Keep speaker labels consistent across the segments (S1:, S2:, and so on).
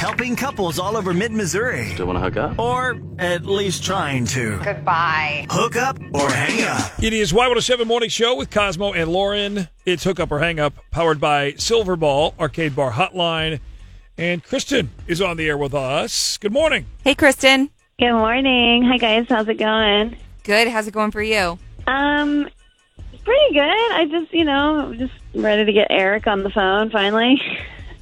S1: helping couples all over mid Missouri,
S2: Do you want to hook up?
S1: or at least trying to.
S3: Goodbye.
S1: Hook up or hang up.
S4: It is Y107 Morning Show with Cosmo and Lauren. It's Hook Up or Hang Up, powered by Silver Ball Arcade Bar Hotline. And Kristen is on the air with us. Good morning.
S5: Hey, Kristen.
S6: Good morning. Hi guys, how's it going?
S5: Good. How's it going for you?
S6: Um pretty good. I just, you know, just ready to get Eric on the phone finally.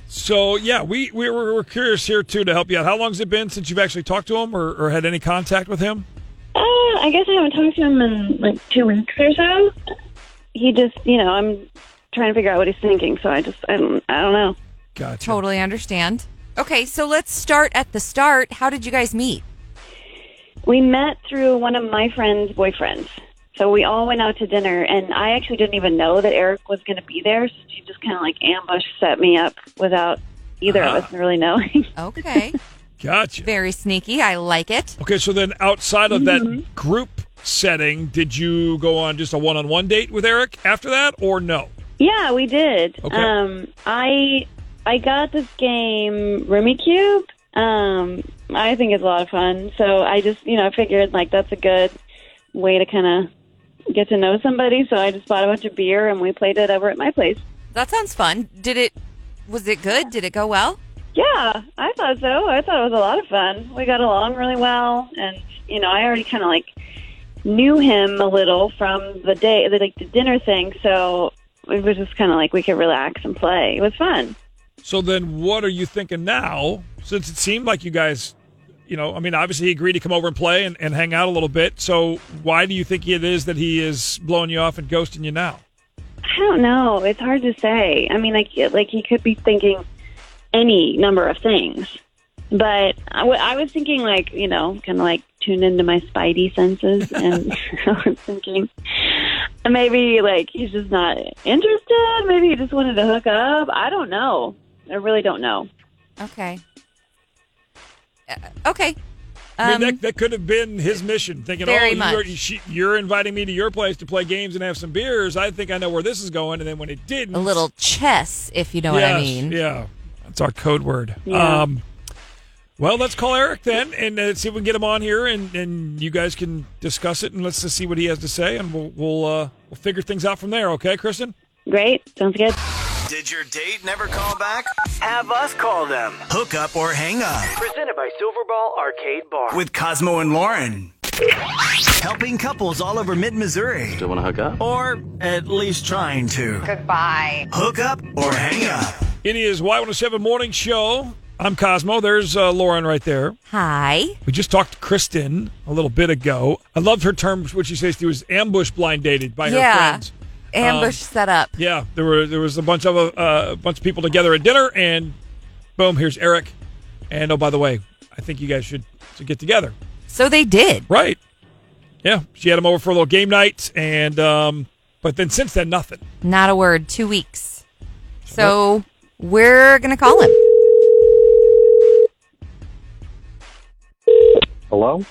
S4: So, yeah, we, we were, we're curious here, too, to help you out. How long has it been since you've actually talked to him or, or had any contact with him?
S6: Uh, I guess I haven't talked to him in like 2 weeks or so. He just, you know, I'm trying to figure out what he's thinking, so I just I don't I don't know.
S4: Gotcha.
S5: Totally understand. Okay, so let's start at the start. How did you guys meet?
S6: We met through one of my friend's boyfriends. So we all went out to dinner, and I actually didn't even know that Eric was going to be there. So she just kind of like ambush set me up without either of us really knowing.
S5: Okay.
S4: Gotcha.
S5: Very sneaky. I like it.
S4: Okay, so then outside of that group setting, did you go on just a one on one date with Eric after that or no?
S6: yeah, we did.
S4: Okay.
S6: Um, I I got this game Rummy Cube. Um, I think it's a lot of fun. So I just you know I figured like that's a good way to kind of get to know somebody. So I just bought a bunch of beer and we played it over at my place.
S5: That sounds fun. Did it, was it good? Did it go well?
S6: Yeah, I thought so. I thought it was a lot of fun. We got along really well, and you know, I already kind of like knew him a little from the day, the, like the dinner thing. So it was just kind of like we could relax and play. It was fun.
S4: So then what are you thinking now? Since it seemed like you guys, you know, I mean, obviously he agreed to come over and play and, and hang out a little bit. So why do you think it is that he is blowing you off and ghosting you now?
S6: I don't know. It's hard to say. I mean, like like he could be thinking any number of things, but I, w- I was thinking like you know, kind of like tune into my spidey senses, and I was thinking maybe like he's just not interested. Maybe he just wanted to hook up. I don't know. I really don't know.
S5: Okay. Uh, okay.
S4: I mean,
S5: Um,
S4: that, that could have been his mission, thinking,
S5: Very
S4: oh, you're,
S5: much.
S4: she, you're inviting me to your place to play games and have some beers. I think I know where this is going. And then when it didn't.
S5: a little chess, if you know what I
S4: Yes,
S5: mean.
S4: Yeah, that's our code word.
S6: Yeah.
S4: Um, well, let's call Eric then and uh, see if we can get him on here, and, and you guys can discuss it, and let's just see what he has to say, and we'll we'll uh, we'll figure things out from there. Okay, Kristen.
S6: Great. Sounds good.
S1: Did your date never call back? Have us call them. Hook up or hang up
S7: Presented by Silverball Arcade Bar.
S1: with Cosmo and Lauren. Helping couples all over mid Missouri,
S2: Do you want to hook up?
S1: or at least trying to.
S3: Goodbye.
S1: Hook up or hang up.
S4: It is Y107 Morning Show. I'm Cosmo. There's uh, Lauren right there.
S5: Hi.
S4: We just talked to Kristen a little bit ago. I loved her term, what she says she was ambush blind dated by her
S5: Yeah.
S4: friends.
S5: Ambush set up.
S4: Yeah, there were there was a bunch of uh, a bunch of people together at dinner, and boom, here's Eric. And oh, by the way, I think you guys should, should get together,
S5: So they did.
S4: right? Yeah, she had him over for a little game night, and um, but then since then, nothing.
S5: Not a word. Two weeks. So we're going to call him.
S8: Hello?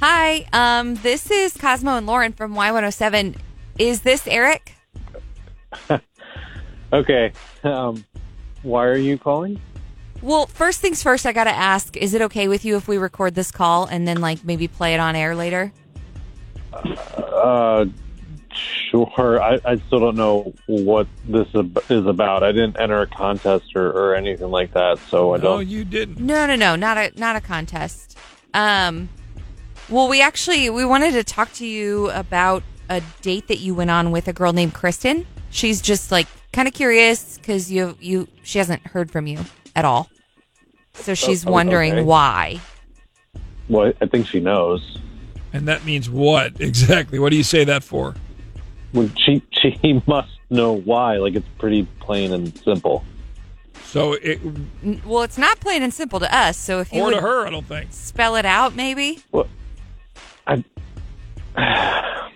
S5: Hi, um, this is Cosmo and Lauren from Y107. Is this Eric?
S8: Okay. Um, why are you calling?
S5: Well, first things first, I got to ask is it okay with you if we record this call and then, like, maybe play it on air later?
S8: Uh, sure. I, I still don't know what this ab- is about. I didn't enter a contest or, or anything like that, so I
S4: No,
S8: don't.
S4: you didn't.
S5: No, no, no, not a not a contest. Um, well, we actually we wanted to talk to you about a date that you went on with a girl named Kristen. She's just like kind of curious because you you she hasn't heard from you at all, so she's
S8: oh,
S5: wondering
S8: okay.
S5: why.
S8: Well, I think she knows.
S4: And that means what exactly? What do you say that for?
S8: Well, She she must know why. Like it's pretty plain and simple.
S4: So it
S5: N- Well, it's not plain and simple to us. So if you
S4: or
S5: would
S4: to her, I don't think.
S5: spell it out, maybe.
S8: What? I.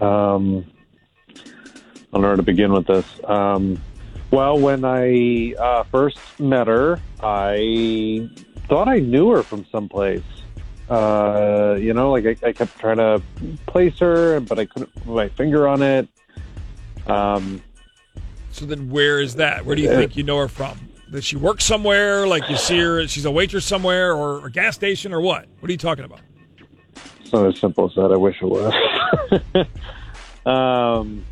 S8: um, I don't know where to begin with this. Um, well, when I uh, first met her, I thought I knew her from someplace. Uh, you know, like I, I kept trying to place her, but I couldn't put my finger on it. Um,
S4: So then, where is that? Where do you think you know her from? that she works somewhere? Like you see her, she's a waitress somewhere, or a gas station, or what? What are you talking about?
S8: It's not as simple as that. I wish it was. um,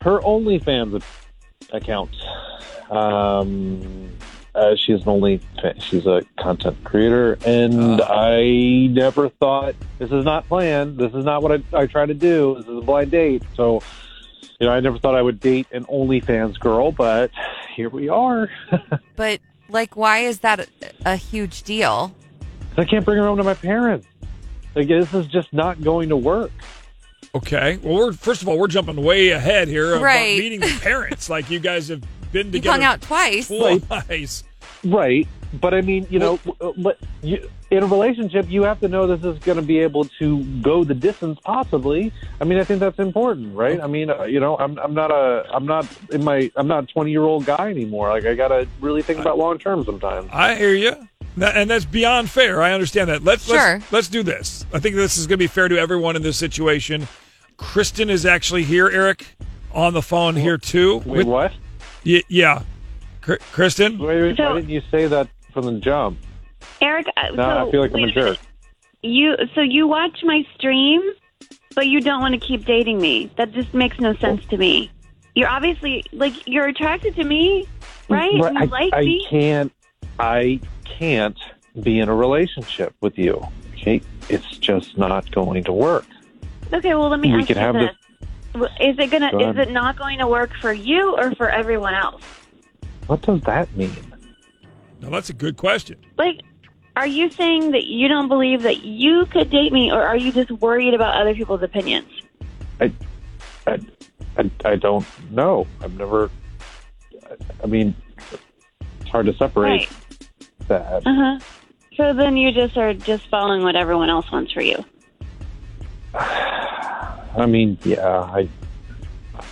S8: her OnlyFans account. Um, uh, she's an only she's a content creator, and I never thought this is not planned. This is not what I, I try to do. This is a blind date. So, you know, I never thought I would date an OnlyFans girl, but here we are.
S5: But like, why is that a, a huge deal?
S8: I can't bring her home to my parents. Like, this is just not going to work.
S4: Okay. Well, we're first of all, we're jumping way ahead here about
S5: Right.
S4: meeting the parents. like you guys have been
S5: You
S4: together
S5: hung out twice.
S4: twice.
S8: Right. But I mean, you know, w- uh, but you, in a relationship, you have to know this is going to be able to go the distance, possibly. I mean, I think that's important, right? I mean, uh, you know, I'm, I'm not a, I'm not in my, I'm not a 20 year old guy anymore. Like, I got to really think about long term sometimes.
S4: I hear you. And that's beyond fair. I understand that. Let's
S5: Sure.
S4: let's, let's do this. I think this is going to be fair to everyone in this situation. Kristen is actually here, Eric, on the phone here too.
S8: Wait, what?
S4: Y- yeah, Kr- Kristen.
S8: Wait, wait, why
S6: So-
S8: didn't you say that from the jump?
S6: Eric, uh,
S8: Now
S6: so,
S8: I feel like I'm
S6: wait
S8: a jerk.
S6: minute. You so you watch my stream, but you don't want to keep dating me. That just makes no sense to me. You're obviously like you're attracted to me, right?
S8: But
S6: you
S8: I,
S6: like
S8: I
S6: me.
S8: can't. I can't be in a relationship with you. Okay, it's just not going to work.
S6: Okay, well let me
S8: We
S6: ask
S8: can
S6: you
S8: have
S6: this. Well, Is it gonna?
S8: Go
S6: is
S8: ahead.
S6: it not going to work for you or for everyone else?
S8: What does that mean?
S4: Now that's a good question.
S6: Like, are you saying that you don't believe that you could date me, or are you just worried about other people's opinions?
S8: I, I, I, I don't know. I've never. I mean, it's hard to separate
S6: Right.
S8: that.
S5: Uh-huh.
S6: Uh huh. So then you just are just following what everyone else wants for you.
S8: I mean, yeah, I,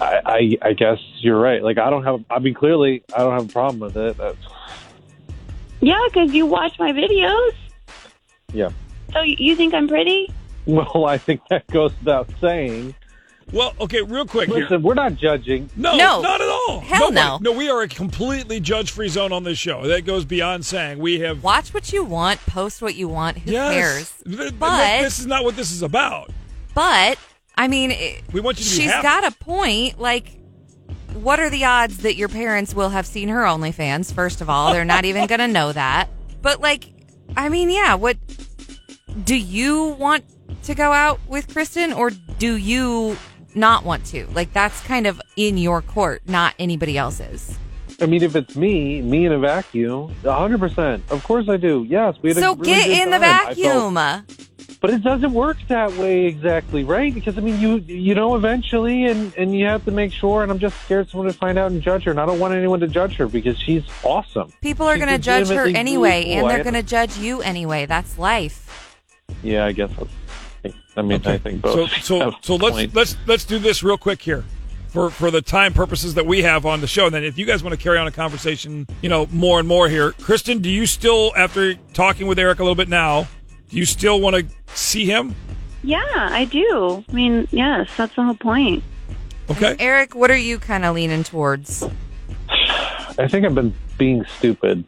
S8: I, I, I guess you're right. Like, I don't have. I mean, clearly, I don't have a problem with it. That's,
S6: Yeah, because you watch my videos.
S8: yeah.
S6: So y- you think I'm pretty?
S8: Well, I think that goes without saying.
S4: Well, okay, real quick here.
S8: Listen, we're not judging.
S4: No,
S5: No.
S4: not at all.
S5: Hell no.
S4: Nobody- No, we are a completely judge-free zone on this show. That goes beyond saying. We have
S5: Watch what you want, post what you want. Who
S4: yes. Th-
S5: cares?
S4: th-
S5: But
S4: this is not what this is about.
S5: but I mean, it,
S4: We want you to be
S5: she's
S4: happy.
S5: got a point. Like, what are the odds that your parents will have seen her OnlyFans? First of all, they're not even going to know that. But like, I mean, yeah. What do you want to go out with Kristen, or do you not want to? Like, that's kind of in your court, not anybody else's.
S8: I mean, if it's me, me in a vacuum, 100. percent Of course, I do. Yes, we had a
S5: So
S8: really
S5: get
S8: good
S5: in the
S8: time. I felt-
S5: vacuum.
S8: but it doesn't work that way exactly, right? Because I mean, you you know, eventually, and and you have to make sure. And I'm just scared someone would find out and judge her, and I don't want anyone to judge her because she's awesome.
S5: People are
S8: She's
S5: going to judge her
S8: legitimately really
S5: anyway,
S8: cool.
S5: and
S8: I
S5: they're
S8: had-
S5: going to judge you anyway. That's life.
S8: Yeah, I guess. That's, I mean, I think both.
S4: So so
S8: have
S4: so let's
S8: points.
S4: let's let's do this real quick here. For, for the time purposes that we have on the show, and then if you guys want to carry on a conversation, you know, more and more here, Kristen, do you still, after talking with Eric a little bit now, do you still want to see him?
S6: Yeah, I do. I mean, yes, that's the whole point.
S4: Okay,
S5: Eric, what are you kind of leaning towards?
S8: I think I've been being stupid,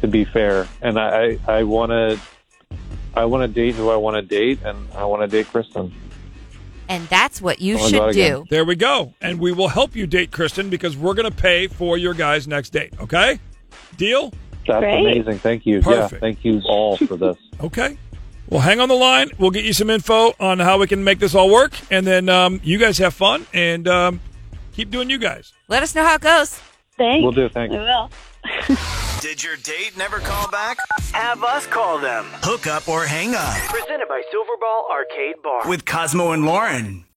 S8: to be fair, and I I want to. I want to date who I want to date, and I want to date Kristen.
S5: And that's what you
S8: Oh my
S5: should
S8: God,
S5: do.
S4: there we go, and we will help you date Kristen because we're going to pay for your guys' next date. Okay, deal.
S8: That's
S6: Great.
S8: amazing. Thank you. Yeah,
S4: Perfect.
S8: thank you all for this.
S4: Okay. Well, hang on the line. We'll get you some info on how we can make this all work, and then um, you guys have fun and um, keep doing you guys.
S5: Let us know how it goes.
S6: Thanks.
S8: Will do, thanks.
S6: I will.
S1: Did your date never call back? Have us call them. Hook up or hang up
S7: Presented by Silverball Arcade Bar.
S1: with Cosmo and Lauren.